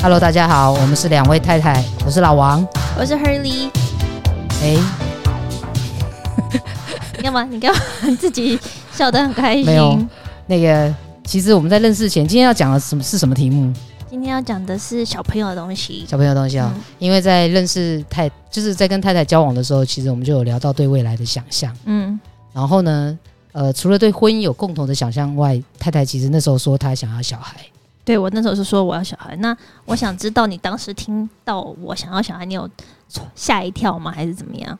Hello，大家好，我们是两位太太，我是老王。我是 Hurley，哎、你干嘛？你干嘛？ 你自己笑得很开心。没有那个，其实我们在认识前，今天要讲的什么是什么题目？今天要讲的是小朋友的东西。小朋友的东西啊、嗯因为在认识太，就是在跟太太交往的时候，其实我们就有聊到对未来的想象。嗯然后呢，呃，除了对婚姻有共同的想象外，太太其实那时候说她想要小孩。对我那时候是说我要小孩，那我想知道你当时听到我想要小孩，你有吓一跳吗？还是怎么样？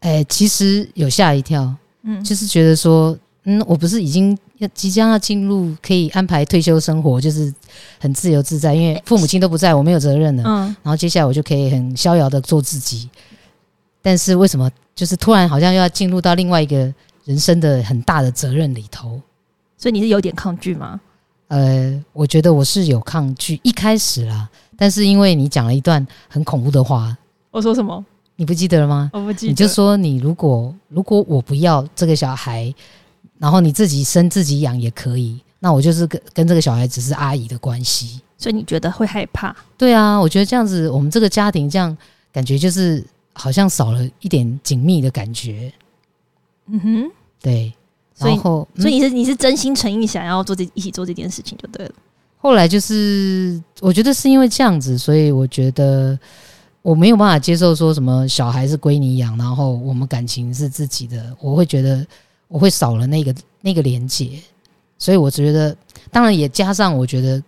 哎、其实有吓一跳，嗯，就是觉得说，嗯，我不是已经要即将要进入可以安排退休生活，就是很自由自在，因为父母亲都不在，我没有责任了。嗯，然后接下来我就可以很逍遥的做自己。但是为什么就是突然好像又要进入到另外一个人生的很大的责任里头？所以你是有点抗拒吗？呃，我觉得我是有抗拒一开始啦，但是因为你讲了一段很恐怖的话，我说什么？你不记得了吗？我不记得。你就说你如果如果我不要这个小孩，然后你自己生自己养也可以，那我就是跟跟这个小孩只是阿姨的关系。所以你觉得会害怕？对啊，我觉得这样子，我们这个家庭这样感觉就是好像少了一点紧密的感觉。嗯哼，对，所以然后所以嗯你是你是真心诚意想要做这一起做这件事情就对了。后来就是我觉得是因为这样子，所以我觉得嗯我没有办法接受说什么小孩是归你养，然后我们感情是自己的，我会觉得我会少了那个那个连接，所以我觉得当然也加上我觉得。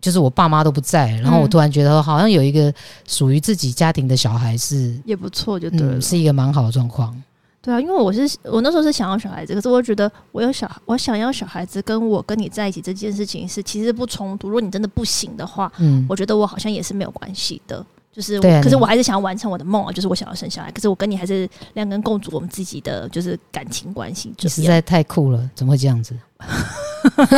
就是我爸妈都不在，然后我嗯突然觉得好像有一个属于自己家庭的小孩是也不错，就嗯，是一个蛮好的状况。对啊，因为我是我那时候是想要小孩子，可是我觉得我有小我想要小孩子，跟我跟你在一起这件事情是其实不冲突。如果你真的不行的话，嗯，我觉得我好像也是没有关系的。就是我，对啊可你是我还是想要完成我的梦啊，就是我想要生小孩。可是我跟你还是两个人共组我们自己的就是感情关系你这实样。在太酷了，怎么会这样子？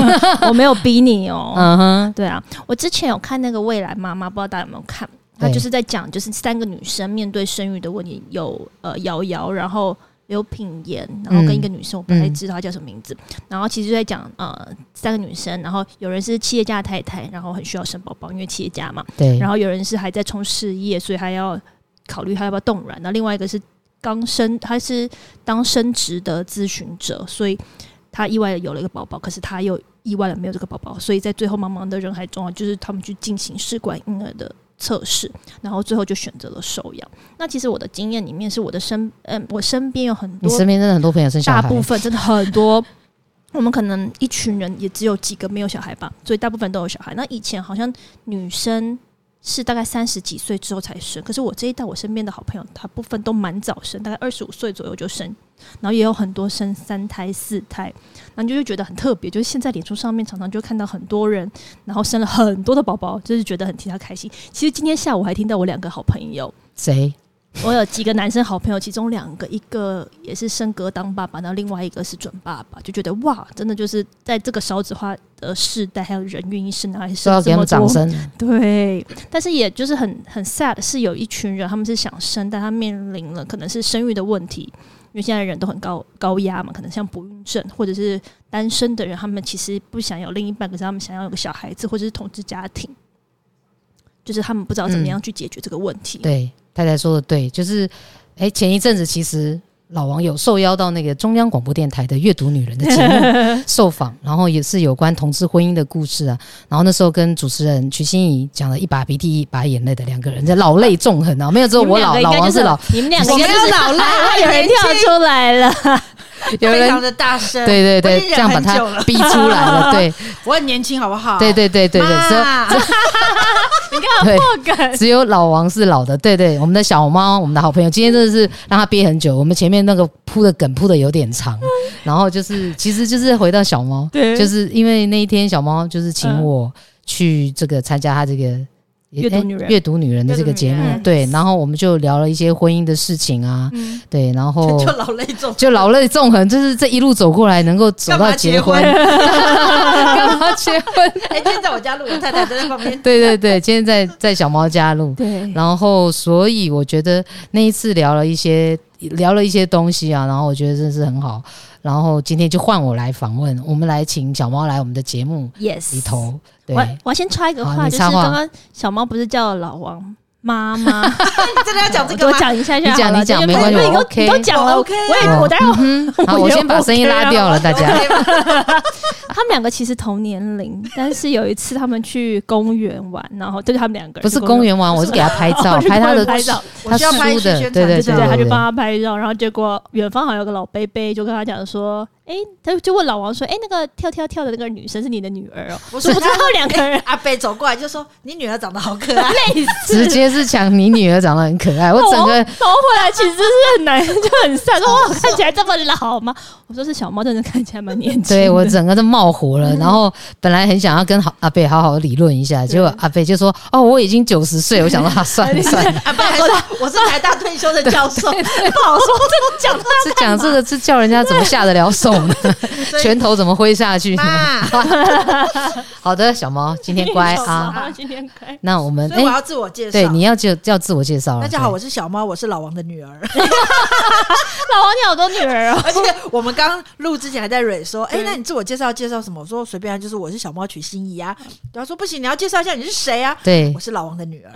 我没有逼你 哦。嗯哼，对啊，我之前有看那个《未来妈妈》，不知道大家有没有看？她对就是在讲，就是三个女生面对生育的问题，有呃瑶瑶，然后刘品言，然后跟一个女生，我不太知道她叫什么名字。然后其实就在讲呃三个女生，然后有人是企业家的太太，然后很需要生宝宝，因为企业家嘛。对，然后后有人是还在冲事业，所以还要考虑他要不要冻卵。那另外一个是刚升，他是当升职的咨询者，所以他意外的有了一个宝宝，可是他又意外的没有这个宝宝，所以在最后茫茫的人海中啊，就是他们去进行试管婴儿的测试，然后最后就选择了收养。那其实我的经验里面是我的身，嗯，我身边有很你多身边真的很多朋友生小大孩，部分真的很多， 我们可能一群人也只有几个没有小孩吧，所以大部分都有小孩。那以前好像女生是大概三十几岁之后才生，可是我这一代我身边的好朋友，大部分都蛮早生，大概二十五岁左右就生，然后也有很多生三胎、四胎，然后你就会觉得很特别。就是现在脸书上面常常就看到很多人，然后生了很多的宝宝，就是觉得很替他开心。其实今天下午还听到我两个好朋友，谁？我有几个男生好朋友，其中两个，一个也是升格当爸爸，然后另外一个是准爸爸，就觉得哇，真的就是在这个少子化的呃世代，还有人愿意生男孩说生要给这他们掌么多，声， 对。但是也就是很很 sad，是有一群人他们是想生，但他面临了可能是生育的问题，因为现在人都很高高压嘛，可能像不孕症或者是单身的人，他们其实不想有另一半，可是他们想要有个小孩子，或者是统治家庭，就是他们不知道嗯怎么样去解决这个问题。对，太太说的对，就是，哎，前一阵子其实老王有受邀到那个中央广播电台的《阅读女人》的节 目受访，然后也是有关同志婚姻的故事啊。然后那时候跟主持人瞿欣怡讲了一把鼻涕一把眼泪的两个人，在老泪纵横啊，没有只有你们我两老个应老该王就是老，，你们两个我应没该就是有老啊 赖，有人跳出来了，有非人常的大声，对对我对，已经这忍样把很久他了逼出来了，对我很年轻，好不好？对对对对对，只有啊妈你看对。我梗，只有老王是老的，对对，我们的小猫，我们的好朋友，今天真的是让他憋很久。我们前面那个铺的梗铺的有点长，然后就是其实就是回到小猫，对就是因为那一天小猫就是请我去这个参加他这个。阅读女人诶阅读女人的这个节目阅读女，人对，然后我们就聊了一些婚姻的事情啊，嗯对，然后 就老泪纵。就老泪纵横，就是这一路走过来，能够走到结婚，干嘛结婚？ 哎，今天在我家录，我太太就在旁边。对对对，今天在在小猫家录，对，然后，所以我觉得那一次聊了一些聊了一些东西啊，然后我觉得真是很好。然后今天就换我来访问，我们来请小猫来我们的节目 Yes，里头。对我，我要先插一个好话，你就是插话刚刚小猫不是叫老王妈 妈，你真的要讲这我个吗？讲一下下你讲好了你讲因为没关系因为你我都 OK 你都讲了我 OK 啊我也我当然嗯哼好， 我我觉得先把声音 OK 啊拉掉哦了，大 家。他们两个其实同年龄，但是有一次他们去公园玩，然后就是他们两个人不是去公公园玩，我是给他拍照， 哦去公拍他园的拍照我他需要拍输一些的，宣传对对这对对，他就对帮。他拍照，然后结果远方好像有个老贝贝，就跟他讲说，哎、他就问老王说，哎、那个跳跳跳的那个女生是你的女儿哦、不殊是不知他道两个人阿贝走过来就说：“你女儿长得好可爱。类直似。接是讲你女儿长得很可 爱，我老整王个老王回来其实是很难，就很sad，说哇看起来这么老吗？我说是小猫，真的看起来蛮年轻的。对我整个都冒火嗯了。然后本来很想要跟好阿贝好好理论一下，结果阿贝就说：“哦，我已经九十岁。”我想说啊， 算了算了，”阿 贝还说：“我是台大退休的教授。不好说，这讲他 是讲这个是叫人家怎么下得了手呢？ 所以拳头怎么挥下去”呢？妈，好的，小猫今天 乖啊。，今天乖。那我们所以我哎，要自我介绍。对，你要就要自我介绍了。大家好，对我是小猫，我是老王的女 儿。老王，你好多女儿哦。而且我们刚录之前还在蕊说，哎、对那你自我介绍介绍什么？我说随便啊，就是我是小猫曲心怡啊。然后说不行，你要介绍一下你是谁啊？对我是老王的女 儿。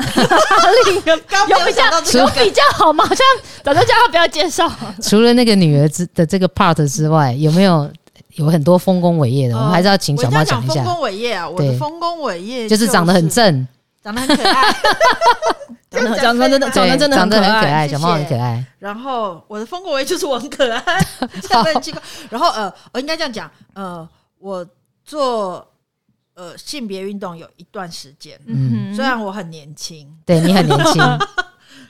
另一个刚没有有比较想到这除个有比较好吗？好像早就叫他不要介绍。除了那个女儿之的这个 part 之外，有没有有很多丰功伟业的？哦我们还是要请我小一定猫要讲讲一丰下，功伟业啊！我的对丰功伟业就是长得很，正，长得很可 爱，长得长得真的对，长得真的长很得可很可爱。爱，谢小谢猫很可爱，然后我的丰功伟业就是我 很可爱，这样很奇怪。然后呃，我应该这样讲，呃，我做呃性别运动有一段时间，嗯嗯，虽然我很年轻，对你很年 轻，哦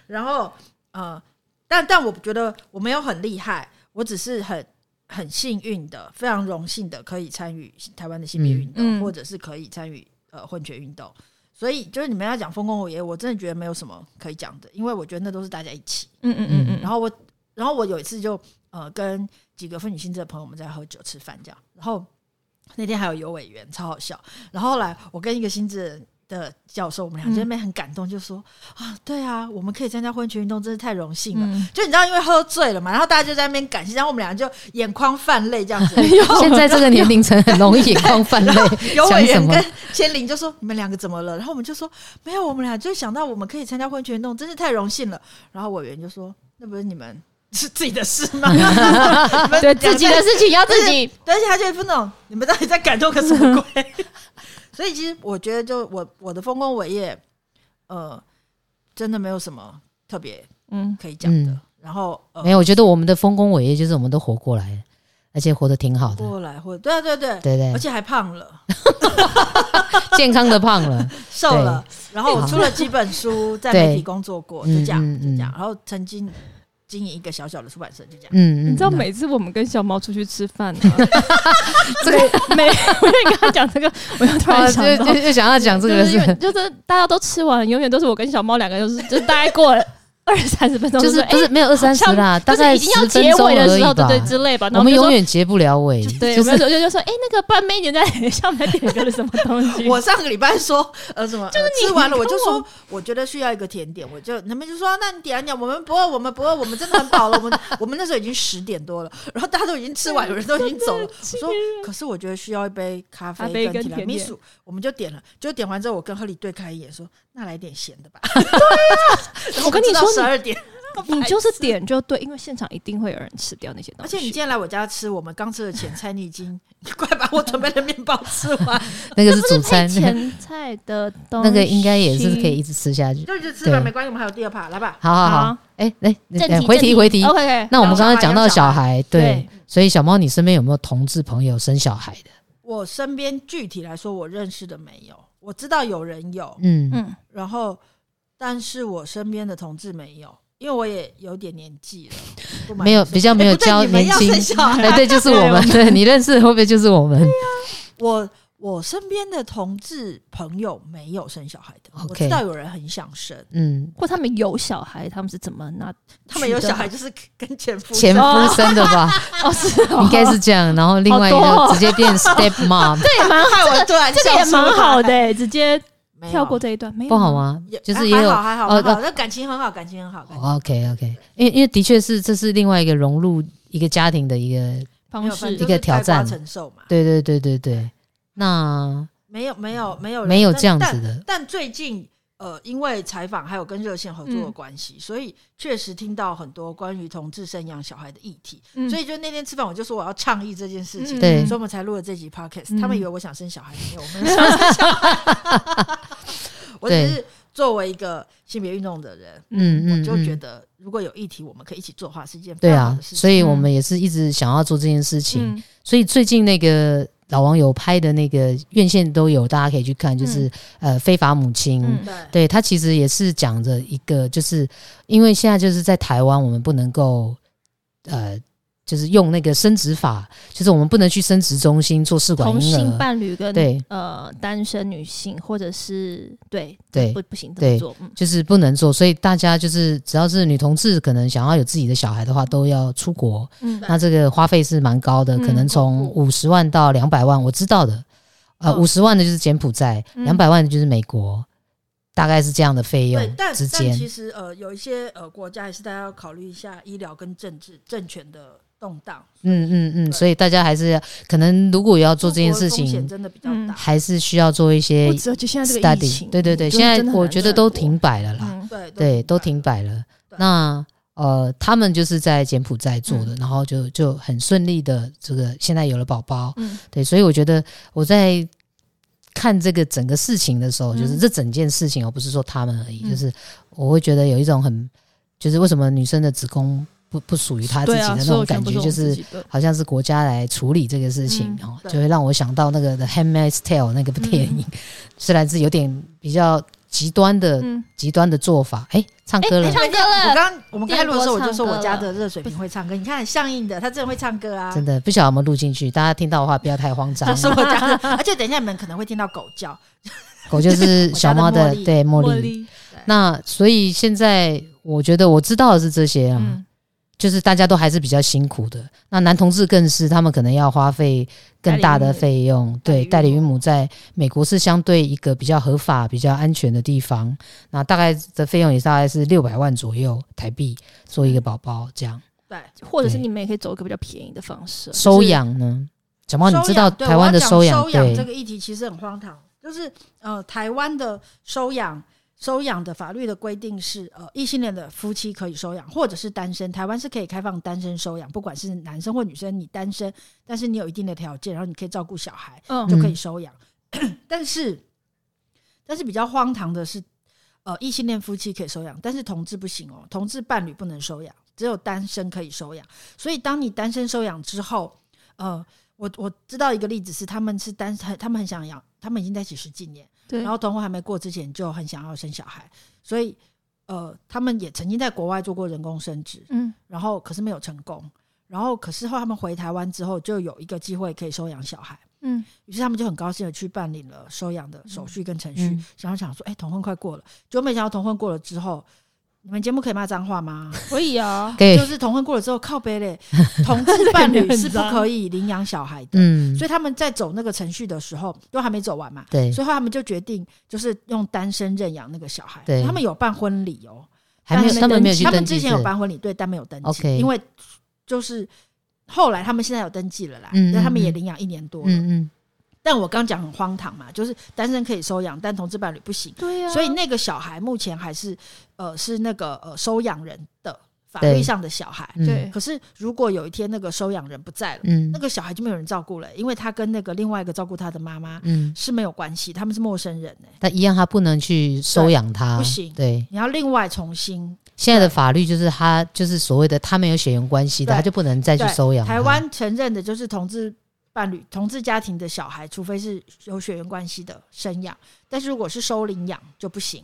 然后呃，但但我觉得我没有很厉害，我只是很很幸运的，非常荣幸的可以参与台湾的性别运动，嗯嗯或者是可以参与呃婚权运动。所以就是你们要讲丰功伟业，我真的觉得没有什么可以讲的，因为我觉得那都是大家一起。嗯嗯嗯嗯，然后我，然后我有一次就呃跟几个妇女性质的朋友们在喝酒吃饭这样，然后那天还有游委员，超好笑。然后后来我跟一个新质的教授，我们俩嗯就在那边很感动，就说、啊，对啊，我们可以参加婚权运动，真是太荣幸了。嗯就你知道，因为喝醉了嘛，然后大家就在那边感谢，然后我们俩就眼眶泛泪这样子。哎现在这个年龄层很容易眼眶泛泪， 有讲委什员么跟千灵就说：“你们两个怎么了？”然后我们就说：“没有，我们俩就想到我们可以参加婚前运动，真是太荣幸了。”然后委员就说：“那不是你们 是自己的事吗？你们对自己的两个事情要自己。对，而且他就一副那种你们到底在感动个什么鬼？ 所以其实我觉得，就我我的丰功伟业，呃，真的没有什么特别嗯，可以讲的。嗯然后呃没，有，我觉得我们的丰功伟业就是我们都活过来了，而且活得挺好的，过来或对啊对对，对对而，且还胖了，健康的胖了，瘦了。然后我出了几本书，在媒体工作过，就嗯这样，嗯就这样。嗯然后曾经经营一个小小的出版社，就这样。嗯，嗯你知道嗯每次我们跟小猫出去吃饭 呢，这个每我也跟他讲这个，我又突啊然想就到就。就想要讲这 就个是因为是。就是大家都吃完，永远都是我跟小猫两个，就是就大概过了 二三十分钟，就是哎不是没有二三十像啦，大就是概已经十要分结钟尾的而时候，已对吧。对之类吧。然后我们就说永远结不了尾，对，就我是们有时候就说，哎、那个半妹你在 上面点个什么东 西？我上个礼拜说，呃，什么？就是你吃完了，你跟我就我说，我觉得需要一个甜点，我就他们就说，那你点啊点，我们不饿，我们不饿，我们真的很饱了，我 们我们那时候已经十点多了，然后大家都已经吃完，有人都已经 走了。我说，可是我觉得需要一杯咖咖啡啡跟跟提拉甜米点苏，我们就点了，就点完之后，我跟亨利对看一眼，说，那来点咸的吧。 对呀，我跟你说十二点，你就是点就对，因为现场一定会有人吃掉那些东 而西。且你今天来我家吃，我们刚吃的前菜，你已经你快把我准备的面包吃完，那个这是不主 配餐，前菜的东西，那个应该也是可以一直吃下去。 就是吃吧，对没关系，我们还有第二趴，来吧。好好好好，啊哎哎，那正哎题回题回题。 OK，, o 那我们刚刚讲到小孩，小孩对，所以小猫，你身边有没有同志朋友生小孩的？我身边具体来说，我认识的没有，我知道有人有，嗯，嗯，然后但是我身边的同志没有，因为我也有点年纪了，不瞒没有你说比较没有哎不对交你们年要轻生小嗯孩哎，对， 就是对我们，对你认识会不会就是我 们？我我身边的同志朋友没有生小孩的，我 OK 知道有人很想生，嗯，或他们有小孩，他们是怎么拿？他们有小孩就是跟 前 夫前夫生的吧， 哦，是 哦应该是这样。然后另外一好多个哦直接变 step mom，这也蛮 害我突然这个笑也出蛮来好的、欸直接没有跳过这一段，没有不好？啊吗也？就是还也有还好还好，哦还好那感情很好，感情很好。感情 OK OK，因为因为的确是这是另外一个融入一个家庭的一个方式一个挑战承受嘛。对对对对对，那没有没有没有人没有但这样但子的，但最近呃，因为采访还有跟热线合作嗯的关系，所以确实听到很多关于同志生养小孩的议题。嗯所以就那天吃饭，我就说我要倡议这件事情，嗯对所以我们才录了这集 podcast、嗯他们以为我想生小孩，没有，我没有想生小孩。 我只是作为一个性别运动的人，嗯嗯我就觉嗯得如果有议题我们可以一起做的话，是一件非对常好啊的，事情。所以我嗯们也是一直想要做这件事情。嗯所以最近那个老王有拍的那个院线都有，大家可以去看，就是、呃非法母亲。嗯对，对他其实也是讲着一个，就是因为现在就是在台湾，我们不能够呃，就是用那个生殖法，就是我们不能去生殖中心做试管同婴性儿，伴侣跟对呃单身女性或者是对对不不行这么对做，嗯就是不能做。所以大家就是只要是女同志，可能想要有自己的小孩的话，都要出国。嗯那这个花费是蛮高的，嗯可能从恐五十万到两百万，我知道的。呃，嗯五十万的就是柬埔寨，嗯两百、万的就是美国，大概是这样的费对用，但之但其间。实呃，有一些呃国家还是大家要考虑一下医疗跟政治政权的动荡。嗯嗯嗯，对所以大家还是可能如果要做中这件国事风险情，真的比较嗯大。还是需要做一些不只有就现在这个疫 study。情，对对对，现在我觉得都停摆了了啦。对对，都挺停摆了对。那呃，他们就是在柬埔寨做嗯的，然后就就很顺利的，这个现在有了宝宝，嗯对，所以我觉得我在看这个整个事情的时候，嗯就是这整件事情哦，不是说他们而已，嗯就是我会觉得有一种很，就是为什么女生的子宫不不属于她自对己的啊，那所有种全感部觉，就我自是己的好像是国家来处理这个事情嗯哦，对就会让我想到那个《The Handmaid's Tale》那个电影， 虽然是有点比较极端的嗯，极端的做法。哎、唱歌了，哎唱歌了我刚我们刚才录的时候，我电波就说唱歌我家了的热水瓶会唱歌。你看上映的，他真的会唱歌啊真！的不晓得有没有录进去。大家听到的话，不要太慌张 这。是我家的，而且等一下你们可能会听到狗叫。狗就是小猫我家的的茉，莉对茉莉。莉，那所以现在我觉得我知道的是这些啊，嗯，就是大家都还是比较辛苦的。那男同志更是，他们可能要花费更大的费用。代对，理孕母嗯代理孕母在美国是相对一个比较合法、比较安全的地方。那大概的费用也大概是六百万左右台币做一个宝宝这样。对，或者是对你们也可以走一个比较便宜的方式，啊收养呢？小猫，你知道对台湾的我要讲养收对养这个议题其实很荒唐，就是呃，台湾的收养收养的法律的规定是，呃，异性恋的夫妻可以收养，或者是单身，台湾是可以开放单身收养，不管是男生或女生，你单身，但是你有一定的条件，然后你可以照顾小孩，嗯就可以收养。 但是，但是比较荒唐的是，呃，异性恋夫妻可以收养，但是同志不行哦，同志伴侣不能收养，只有单身可以收养。所以，当你单身收养之后，呃，我我知道一个例子是，他们是单，他们很想养，他们已经在一起十几年，对，然后同婚还没过之前就很想要生小孩，所以。呃，他们也曾经在国外做过人工生殖，嗯然后可是没有成功，然后可是后来他们回台湾之后，就有一个机会可以收养小孩，嗯于是他们就很高兴的去办理了收养的手续跟程序，嗯然后想说，哎、同婚快过了，就没想到同婚过了之后，你们节目可以骂脏 话吗？可以啊，给就是同婚过了之后，靠背嘞，同志伴侣是不可以领养小孩的，嗯， 所以他们在走那个程序的时候，都还没走完嘛，对，所以后来他们就决定就是用单身认养那个小孩，对他们有办婚礼哦、还没有，但他们没有登去记他们登记之前是有办婚礼，对，但没有登记 OK 因为就是后来他们现在有登记了啦，嗯嗯那他们也嗯领养一年多了。嗯但我刚讲很荒唐嘛，就是单身可以收养，但同志伴侣不行，对啊，所以那个小孩目前还是呃是那个呃收养人的法律上的小孩。嗯，对可是如果有一天那个收养人不在了，嗯那个小孩就没有人照顾了，因为他跟那个另外一个照顾他的妈妈嗯，是没有关系，他们是陌生人哎、但一样他不能去收养他，对不行对，你要另外重新现在的法律就是他就是所谓的他没有血缘关系的，对他就不能再去对收养他。台湾承认的就是同志伴侣、同志家庭的小孩，除非是有血缘关系的生养，但是如果是收领养就不行。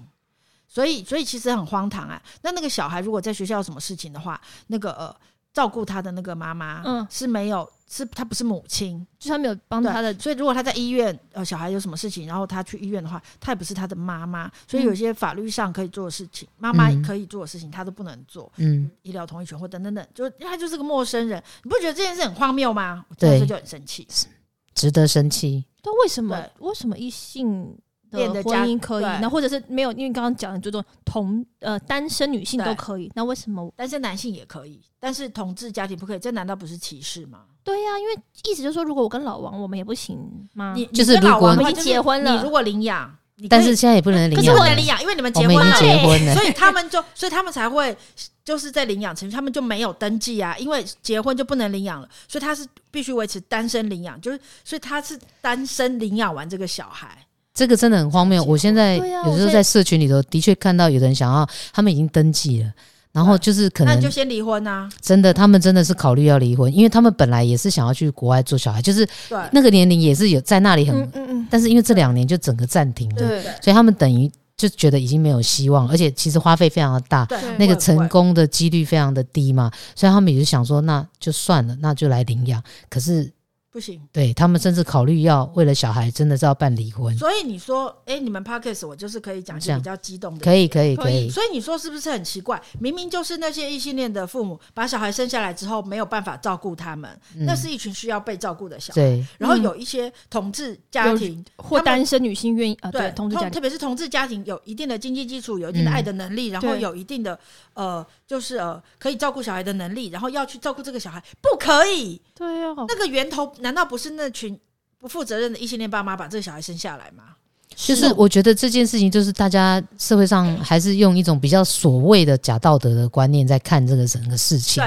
所以，所以其实很荒唐啊。那那个小孩如果在学校有什么事情的话，那个呃照顾他的那个妈妈，嗯是没有，是她不是母亲，就是他没有帮他的所以如果他在医院，呃，小孩有什么事情，然后他去医院的话，他也不是他的妈妈，所以有些法律上可以做的事情，妈妈嗯可以做的事情，他都不能做。嗯，医疗同意权或等等等，就他就是个陌生人，你不觉得这件事很荒谬吗？我那时候对就很生气。值得生气。但为什么为什么异性变的得家婚姻可以，对那或者是没有？因为刚刚讲的就这种同呃单身女性对都可以，那为什么但是男性也可以，但是同志家庭不可以，这难道不是歧视吗？对呀、因为意思就是说，如果我跟老王，我们也不行吗？你就是你跟如老王果的话你就是结婚了你如果领养，你可以但是现在也不能领可是养不了，能领养，因为你们我结们婚已经了，结婚了所，以他们就，所以他们才会就是在领养程序，他们就没有登记啊，因为结婚就不能领养了，所以他是必须维持单身领养，就是所以他是单身领养完这个小孩，这个真的很荒谬。我现在对啊有时候我在在社群里头的确看到有人想要，他们已经登记了，然后就是可嗯那你能就先离婚啊，真的，他们真的是考虑要离婚，因为他们本来也是想要去国外做小孩，就是对那个年龄也是有在那里很，嗯嗯嗯，但是因为这两年就整个暂停了，对所以他们等于就觉得已经没有希望，而且其实花费非常的大，对对那个会成会功的几率非常的低嘛，所以他们也就想说，那就算了，那就来领养。可是不行。对他们甚至考虑要为了小孩，真的是要办离婚，所以你说，哎、你们 p o d c a s 我就是可以讲一这些样比较激动的。可以，可以，可可以以，所以你说是不是很奇怪？明明就是那些异性恋的父母把小孩生下来之后没有办法照顾他们，嗯那是一群需要被照顾的小孩。对，然后嗯有一些同志家有庭，或他们单身女性愿意啊，对，对，同志家庭特别是同志家庭有一定的经济基础，有一定的嗯爱的能力，然后对有一定的呃，就是呃，可以照顾小孩的能力，然后要去照顾这个小孩，不可以。对哦，那个源头难道不是那群不负责任的异性恋爸妈把这个小孩生下来吗？就是我觉得这件事情，就是大家社会上还是用一种比较所谓的假道德的观念在看这个整个事情。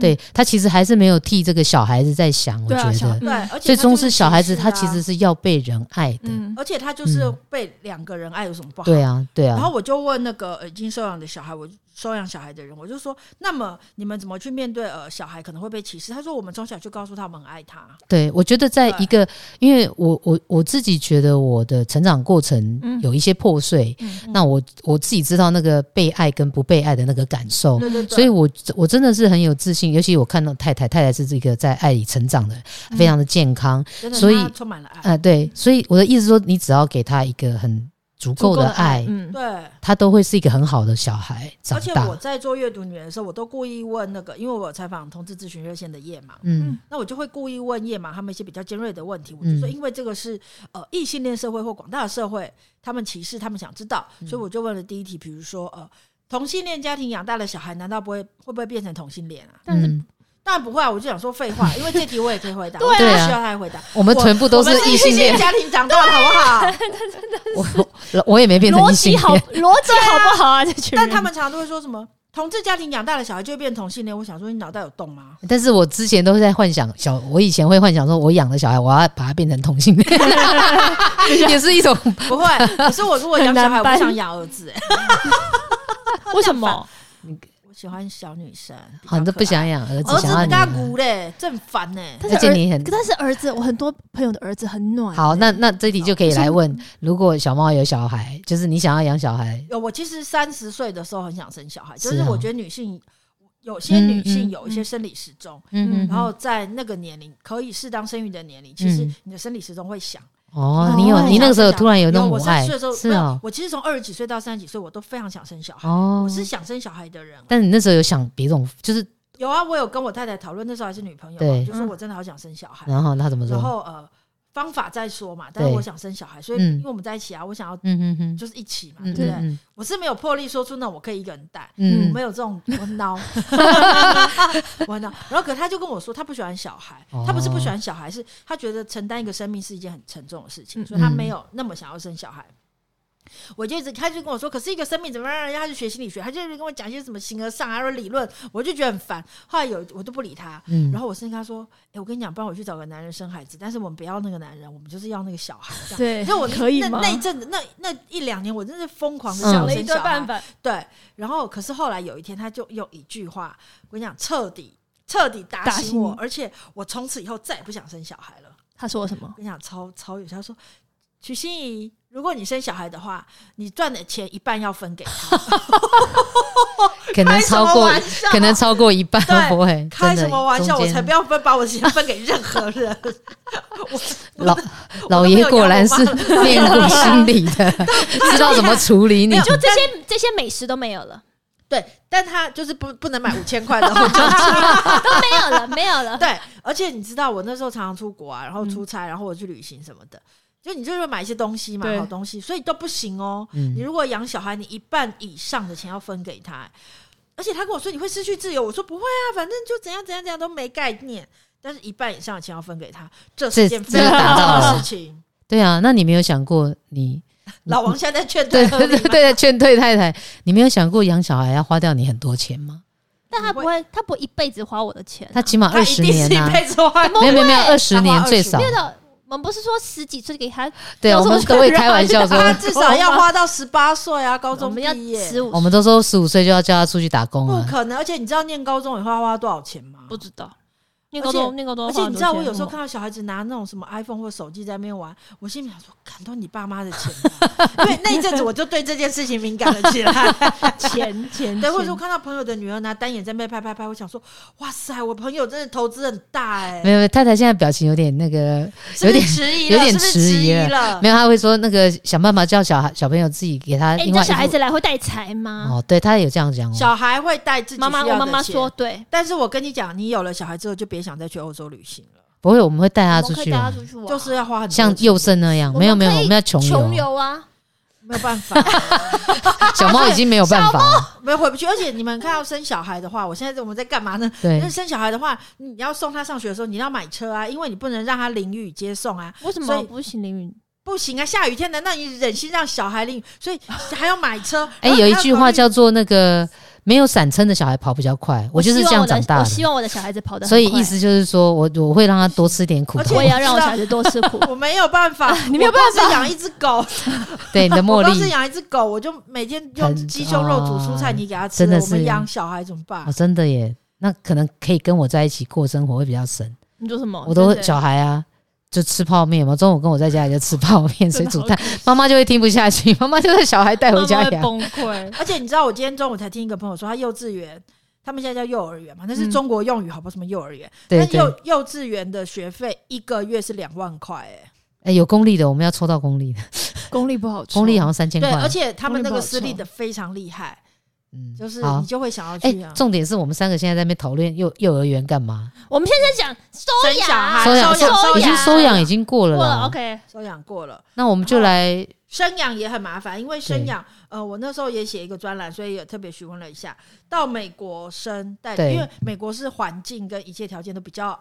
对对，他其实还是没有替这个小孩子在想，我对啊觉小得孩。对，嗯而且最他终就是小孩子，歧视啊他其实，是要被人爱的。嗯，而且他就是嗯被两个人爱有什么不好？对啊，对然后啊，我就问那个呃已经收养的小孩，我收养小孩的人，我就说，那么你们怎么去面对呃小孩可能会被歧视？他说，我们从小就告诉他们爱他，对我觉得在对一个，因为我我我自己觉得我的成长过程嗯有一些破碎，嗯那我我自己知道那个被爱跟不被爱的那个感受，对对对，所以我我真的是很有自信。尤其我看到太太，太太是这个在爱里成长的，嗯非常的健康。真的所以他充满了爱，啊，对，所以我的意思说，你只要给他一个很足足够的爱，嗯，对。他都会是一个很好的小孩长而且我大。在做阅读女人的时候，我都故意问那个，因为我有采访同志咨询热线的叶嘛，嗯那我就会故意问叶嘛他们一些比较尖锐的问题。我就说，嗯因为这个是呃异性恋社会或广大的社会，他们歧视，他们想知道，嗯所以我就问了第一题，比如说呃。同性恋家庭养大的小孩，难道不会会不会变成同性恋啊？但是嗯，当然不会啊！我就想说 废话，因为这题我也可以回答，对啊我根本不对啊需要他回答。我们全部都我们是异性恋，家庭长大的，好 不好？我我我也没变成逻异性辑好，恋。逻辑好不好啊？这群人，但他们常常都会说什么同志家庭养大的小孩就会变同性恋。我想说，你脑袋有洞吗？ 但是我之前都是在幻想小，我以前会幻想说，我养的小孩，我要把他变成同性恋， 也是一种不会，可是我如果养小孩，很难办我想养儿子、哎，哦为什么？我喜欢小女生，比较好像都可不想爱。养儿子，儿子想要比你大养。骨嘞，正烦呢、但是而且儿你很但是儿子，我很多朋友的儿子很暖。好，那那这题就可以来问，嗯如果小猫有小孩，就是你想要养小孩，有，我其实三十岁的时候很想生小孩，就是是哦我觉得女性有些女嗯性嗯有一些生理时钟，嗯，嗯然后在那个年龄可以适当生育的年龄，其实你的生理时钟会响。哦哦，你有我你那个时候想突然嗯有那种我母爱三十岁的时候，，是没有哦，我其实从二十几岁到三十几岁，我都非常想生小孩。哦我，是想生小孩的人，啊但你那时候有想别种，就是有啊，我有跟我太太讨论，那时候还是女朋友对嘛，就说我真的好想生小孩。然后他怎么然说？后呃，方法再说嘛。但是对我想生小孩，所以嗯因为我们在一起啊，我想要嗯嗯嗯，就是一起嘛，对嗯不嗯对？嗯我是没有魄力说出那我可以一个人带，我嗯没嗯，有这种我 孬，我孬。然后可他就跟我说，他不喜欢小孩哦，他不是不喜欢小孩，是他觉得承担一个生命是一件很沉重的事情，嗯所以他没有那么想要生小孩。我就一直，他就跟我说，可是一个生命怎么样？他就学心理学，他就跟我讲一些什么形而上啊，还有理论，我就觉得很烦。后来有我都不理他，嗯，然后我甚至跟他说：“哎、我跟你讲，不然我去找个男人生孩子，但是我们不要那个男人，我们就是要那个小孩。”这样。对，就我可以那吗？那一阵子，那那一两年，我真是疯狂的嗯想想了生一堆小孩办。法，对，然后可是后来有一天，他就用一句话，我跟你讲，彻底彻底打打醒醒我你，而且我从此以后再也不想生小孩了。他说什么我？跟你讲，超超有效。他说：“许心怡，如果你生小孩的话，你赚的钱一半要分给他。 可能开什么超过玩笑可能超过一半对不会，开真什的么玩笑？中我间才不要分把我的钱分给任何人。 我老老爷果然是面露心理 的， 知道怎么处理你。就这些这些美食都没有了， 对，但他就是不不能买五千块的红酒。 都没有了，没 有了。对，而且你知道，我那时候常常出国啊，然后嗯出差，然后我去旅行什么的，就你就是买一些东西嘛，对好东西，所以都不行哦。你嗯，如果养小孩，你一半以上的钱要分给他、而且他跟我说你会失去自由，我说不会啊，反正就怎样怎样怎样都没概念。但是一半以上的钱要分给他，这这是件非这常个达到大的了事情。对啊，那你没有想过 你老王现在在劝对退 对对对劝退太太，你没有想过养小孩要花掉你很多钱吗？但他不会，他不会一辈子花我的钱啊、他起码他二一十定年是一啊，辈子花怎么没有没有没有二十他花年20最少没，有的，我们不是说十几岁给他， 对，到我时候们就都会让开他玩笑去说打他至少要花到十八岁啊，高我中们毕要业十五我，们都说十五岁就要叫他出去打工不啊，可能。而且你知道念高中以后要花多少钱吗？不知道。那而个且都那个都，而且你知道，我有时候哦看到小孩子拿那种什么 iPhone 或手机在那边玩，我心里想说，看都你爸妈的钱吧。因为那一阵子我就对这件事情敏感了起 来。 钱钱，对，或者钱是我看到朋友的女儿拿单眼在那边拍拍拍，我想说，哇塞，我朋友真的投资很大哎、没有没有太太现在表情有点那个是不有是点迟疑有了，点是不是迟疑疑了了没。有，他会说那个想办法叫小孩小朋友自己给他哎，另你外家一小副孩子来会带财吗？哦，对他有这样讲哦，小孩会带自己妈妈，需我要妈的妈钱说，对，但是我跟你讲，你有了小孩之后，就别想再去欧洲旅行了，不会，我们会带他我出们可以去带他玩，出去玩，就是要花很多像钱幼生那样，我没有们没有，可我以们要穷穷游，游啊，没有办法。 小猫已经没有办法了，没有回不去。而且你们看到生小孩的话，我现在我们在干嘛呢？因对为，生小孩的话，你要送他上学的时候，你要买车啊，因为你不能让他淋雨接送啊， 为什所么以不行？凌云，不行啊，下雨天难道你忍心让小孩淋雨？所以还要买车。 哎，然后有你一还要句考话虑叫做那个没有伞撑的小孩跑比较快，我就是希这望样我的长大我的，希望我的小孩子跑得很所以快意思就是说我我会让他多吃点苦而且头我，也要让我知小道孩子多吃苦。我没有办法，你没有办法养一只狗。 对 你的茉我光是莉，养一只狗，我就每天很用鸡胸肉煮蔬菜，哦你给它吃真的了。我们是养小孩怎么办哦，？真的耶，那可能可以跟我在一起过生活会比较省。你做什么？我都对会不对小孩啊，就吃泡面嘛。中午跟我在家里就吃泡面、水煮蛋，妈妈就会听不下去， 妈妈就把小孩带回家妈妈会养。崩溃。而且你知道，我今天中午才听一个朋友说，他幼稚园，他们现在叫幼儿园嘛，那是嗯中国用语，好不好？什么幼儿园？对但对，幼幼稚园的学费一个月是两万块、哎，哎，有公立的，我们要抽到公立的，功力不好，公立好像三千块对，。而且他们那公立个不好私立抽的非常厉害，嗯就是好你。就会想要哎去、啊，重点是我们三个现在在那边讨论幼幼儿园干嘛？我们现在讲收生小养，孩收养收养已经收养已经过了过了啦。 ，OK，收养过了。那我们就来生养也很麻烦，因为生养，呃，我那时候也写一个专栏，所以也特别询问了一下，到美国生，但对因为美国是环境跟一切条件都比较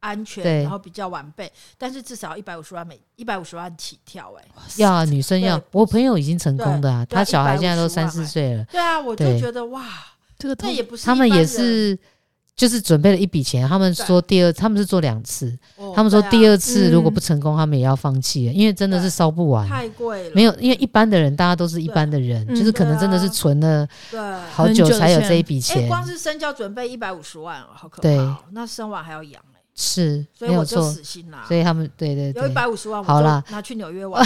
安全，对然后比较完备，但是至少一百五十万美一百五十万起跳、哎，要女生要对，我朋友已经成功的啊，对他小孩150现在都万三四岁了，对啊，我就对觉得哇，这个这也不是他们一般也人是就是准备了一笔钱，他们对说第二，他们是做两次，哦他们说对啊第二次嗯如果不成功，他们也要放弃了，因为真的是烧不完。啊太贵了，啊没有，因为一般的人，大家都是一般的人，对就是可能真的是存了对。哎、好久才有这一笔钱，光是生就要准备一百五十万哦，好可怕、对哦！那生完还要养、哎，是所没以我有就错。死心啦。所以他们对对有一对，百五十万，好啦，拿去纽约玩。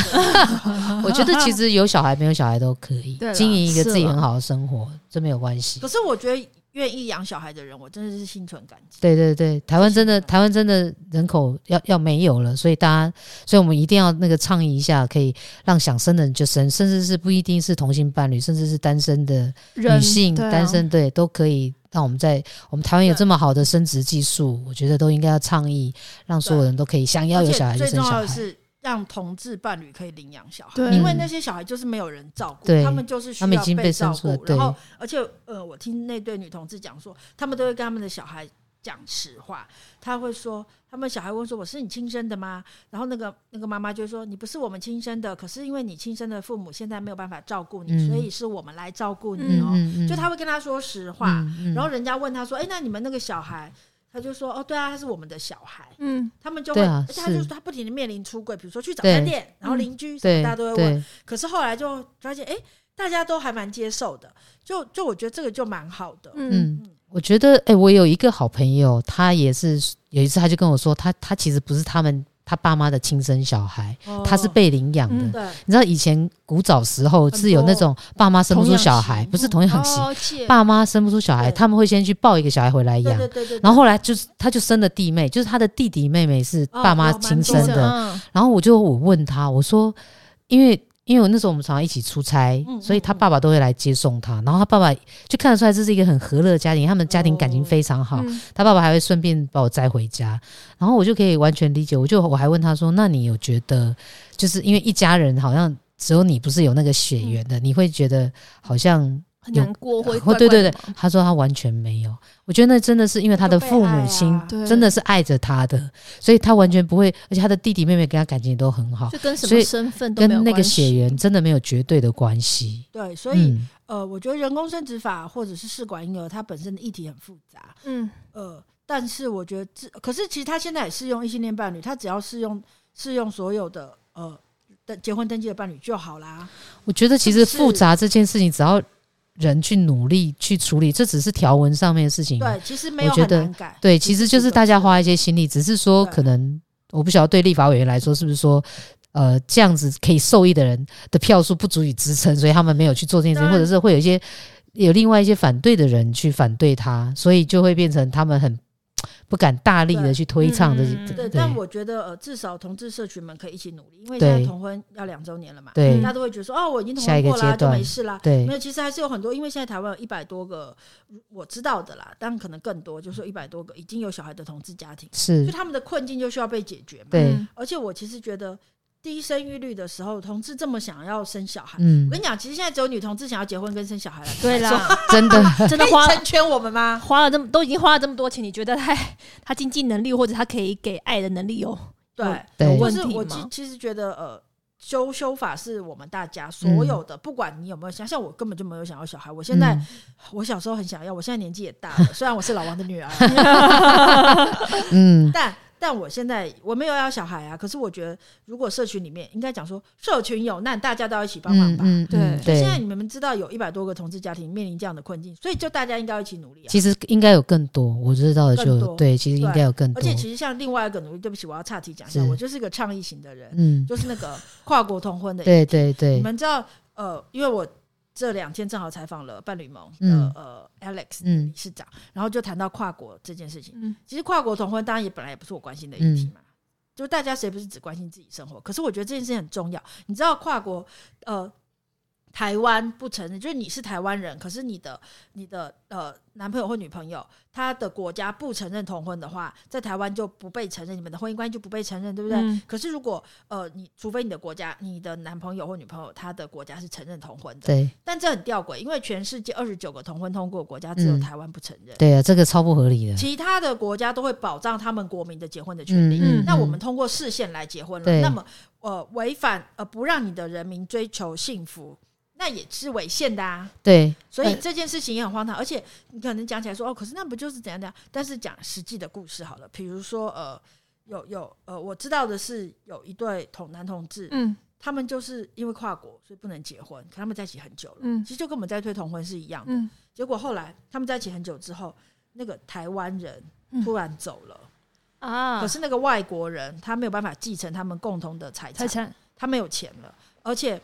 我觉得其实有小孩没有小孩都可以对啦经营一个是自己啦很好的生活，这没有关系 啊可。是我觉得愿意养小孩的人，我真的是心存感激。对对对，台湾真的台湾真的人口要要没有了，所以大家，所以我们一定要那个倡议一下，可以让想生的人就生，甚至是不一定是同性伴侣，甚至是单身的女性、啊啊单，身对都可以。让我们在我们台湾有这么好的生殖技术，我觉得都应该要倡议，让所有人都可以想要而有且小孩就最生重小要的孩。是，让同志伴侣可以领养小孩，对因为那些小孩就是没有人照顾对，他们就是需他们已要经被照生出来顾。对然后，而且呃，我听那对女同志讲说，他们都会跟他们的小孩讲实话，他会说。他们小孩问说：“我是你亲生的吗？”然后那个那个妈妈就说：“你不是我们亲生的，可是因为你亲生的父母现在没有办法照顾你，嗯所以是我们来照顾你嗯哦。嗯就他会跟他说实话，嗯然后人家问他说：“哎、那你们那个小孩？”他就说：“哦，对啊，他是我们的小孩。嗯”他们就会，对啊而且他就是说他不停的面临出柜，比如说去早餐店，然后邻居什对么大家都会问。对可是后来就发现，哎、大家都还蛮接受的，就就我觉得这个就蛮好的。嗯，嗯，我觉得哎、我有一个好朋友，他也是有一次他就跟我说，他他其实不是他们他爸妈的亲生小孩，哦他是被领养的。嗯对你知道以前古早时候多是有那种爸妈生不出小孩，童养媳嗯不是同样媳，哦，姐爸妈生不出小孩，对他们会先去抱一个小孩回来对养对。对对。然后后来就是，他就生了弟妹，就是他的弟弟妹妹是爸妈哦有蛮亲多生的的。啊然后我就我问他，我说，因为因为我那时候我们常常一起出差，嗯所以他嗯嗯爸爸都会来接送他。然后他爸爸就看得出来这是一个很和乐的家庭，他们家庭感情哦非常好。嗯他爸爸还会顺便把我载回家，然后我就可以完全理解。我就我还问他说：“那你有觉得，嗯就是因为一家人好像只有你不是有那个血缘的，你会觉得好像很难过，会怪怪哦对对的对嘛，他说他完全没有，我觉得那真的是因为他的父母亲就被对真的是爱着他的，所以他完全不会，而且他的弟弟妹妹跟他感情也都很好，就跟什所么以身份都没有跟那个关系血缘真的没有绝对的关系。对，所以、嗯，呃，我觉得人工生殖法或者是试管婴儿，它本身的议题很复杂。嗯，呃，但是我觉得这，可是其实它现在也适用异性恋伴侣，它只要适用适用所有的呃的结婚登记的伴侣就好啦。我觉得其实复杂这件事情，只要人去努力去处理，这只是条文上面的事情。对，其实没嗯有我觉很得难改。对，其实就是大家花一些心力，只是说对可能我不晓得对立法委员来说是不是说。呃，这样子可以受益的人的票数不足以支撑，所以他们没有去做这件事情，当或然者是会有一些有另外一些反对的人去反对他，所以就会变成他们很不敢大力的对去推倡这嗯嗯嗯这对，对但我觉得呃，至少同志社群们可以一起努力，因为现对在同婚要两周年了嘛，对大家都会觉得说哦，我已经同下一婚个过啦，阶就段没事啦。对没有，其实还是有很多，因为现在台湾有一百多个我知道的啦，但可能更多，就是一百多个已经有小孩的同志家庭，就是他们的困境就需要被解决嘛。对嗯而且我其实觉得低生育率的时候，同志这么想要生小孩，嗯我跟，你讲，其实现在只有女同志想要结婚跟生小孩了，对啦，真的 真可的以花成全我们吗？花了这么都已经花了这么多钱，你觉得他 他经济能力或者他可以给爱的能力有对，对就问是题我其吗？其实觉得呃。修修法是我们大家所有的，不管你有没有想，像我根本就没有想要小孩。我现在、嗯我小时候很想要，我现在年纪也大了，虽然我是老王的女儿， 嗯，但但我现在我没有要小孩啊。可是我觉得，如果社群里面应该讲说，社群有难，大家都要一起帮忙吧。嗯嗯嗯对所以现在对，你啊们知道有一百多个同志家庭面临这样的困境，所以就大家应该要一起努力啊。其实应该有更多，我知道的就更有多对，其实应对该有更而多，且其实像另外一个努力，对不起，我要岔题讲一下，是我就是个倡议型的人，嗯，就是那个跨国 同婚的。对对对你，们知道，呃，因为我这两天正好采访了伴侣盟的、嗯呃 Alex 嗯理事长，然后就谈到跨国这件事情。嗯，其实跨国同婚当然也本来也不是我关心的议题嘛，嗯就大家谁不是只关心自己生活？可是我觉得这件事情很重要。你知道跨国呃，台湾不承认，就是你是台湾人，可是你的你的呃男朋友或女朋友他的国家不承认同婚的话，在台湾就不被承认，你们的婚姻关系就不被承认，对不对？嗯可是如果呃你除非你的国家，你的男朋友或女朋友他的国家是承认同婚的，对但这很吊诡，因为全世界二十九个同婚通过的国家，只有嗯台湾不承认。对啊，这个超不合理的，其他的国家都会保障他们国民的结婚的权利。嗯嗯，那我嗯们通过视线来结婚了，对那么呃，违反呃不让你的人民追求幸福，那也是违宪的啊。对所以哎这件事情也很荒唐，而且你可能讲起来说哦，可是那不就是怎样怎样？但是讲实际的故事好了，比如说呃，有有呃，我知道的是有一对同男同志，嗯他们就是因为跨国所以不能结婚，可他们在一起很久了，嗯其实就跟我们在推同婚是一样的。嗯，结果后来他们在一起很久之后，那个台湾人嗯突然走了，啊，可是那个外国人他没有办法继承他们共同的财财产，产他没有钱了，而且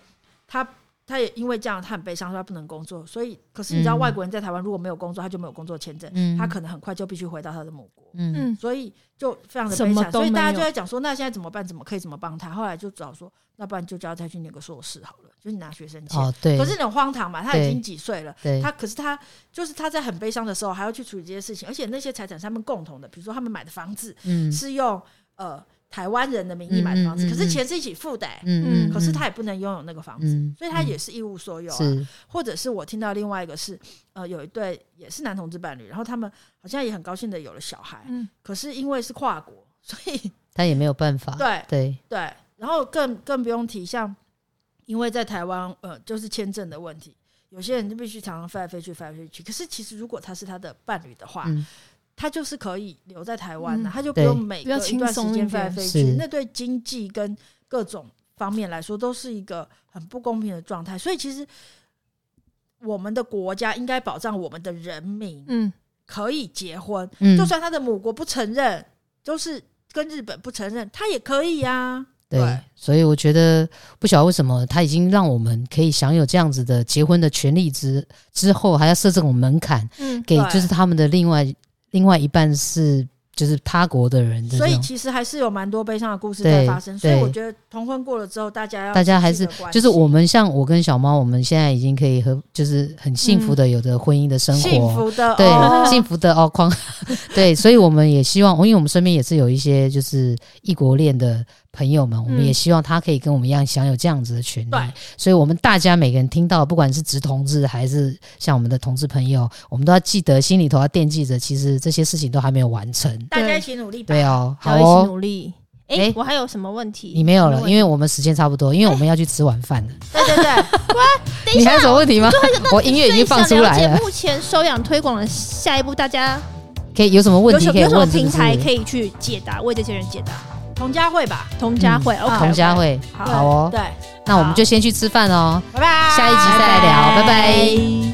他他也因为这样，他很悲伤，说他不能工作。所以，可是你知道，嗯外国人在台湾如果没有工作，他就没有工作签证，嗯他可能很快就必须回到他的母国。嗯嗯所以就非常的什悲么惨，都所以大没家有就在讲说，那现在怎么办？怎么可以怎么帮他？后来就只好说，那不然就叫他再去念个硕士好了，就是拿学生签。哦对，可是你很荒唐嘛，他对已经几岁了，对他可是他就是他在很悲伤的时候还要去处理这些事情，而且那些财产是他们共同的，比如说他们买的房子嗯是用呃台湾人的名义买的房嗯子，嗯嗯可是钱是一起付的、欸嗯嗯，可是他也不能拥有那个房子，嗯，所以他也是一无所有、啊。是或者是我听到另外一个是呃有一对也是男同志伴侣，然后他们好像也很高兴的有了小孩，嗯可是因为是跨国，所以他也没有办法，对对对，然后更更不用提像，因为在台湾，呃，就是签证的问题，有些人就必须常常飞来飞去，飞来飞去。可是其实如果他是他的伴侣的话，嗯他就是可以留在台湾的、嗯他就不对用每比较隔一轻段时松一间飞来点飞是去，那对经济跟各种方面来说都是一个很不公平的状态。所以其实我们的国家应该保障我们的人民嗯可以结婚，嗯就算他的母国不承认，就是跟日本不承认，他也可以呀、啊对对，所以我觉得不晓得为什么他已经让我们可以享有这样子的结婚的权利之之后，还要设这种门槛嗯给对就是他们的另外另外一半是就是他国的人的所这以种。其实还是有蛮多悲伤的故事对在发生，所以对我觉得同婚过了之后，大家要大家还持续是地关就是心我们像我跟小猫，我们现在已经可以和就是很幸福的有着婚姻的生活，幸福的 对、哦幸福的 哦框，对，所以我们也希望，因为我们身边也是有一些就是异国恋的朋友们，我们也嗯希望他可以跟我们一样享有这样子的权利。对所以我们大家每个人听到，不管是直同志还是像我们的同志朋友，我们都要记得心里头要惦记着，其实这些事情都还没有完成。大家一起努力吧。对 哦，好要一起哦，努力。哎哎，我还有什么问你题？没有没有了，问题因为我们时间差不多，因为我们要去吃晚饭哎了。对对对，你还有什么问题 吗？我音乐已经放出来所以想了解，目前收养推广的下一步，大家可以有什么问有题什可么以有什么问？是平不是台可以去解答，为这些人解答？同家会吧，同家会，OK，同家嗯会，好好哦。对，那我们就先去吃饭哦，拜拜，下一集再来聊，拜拜拜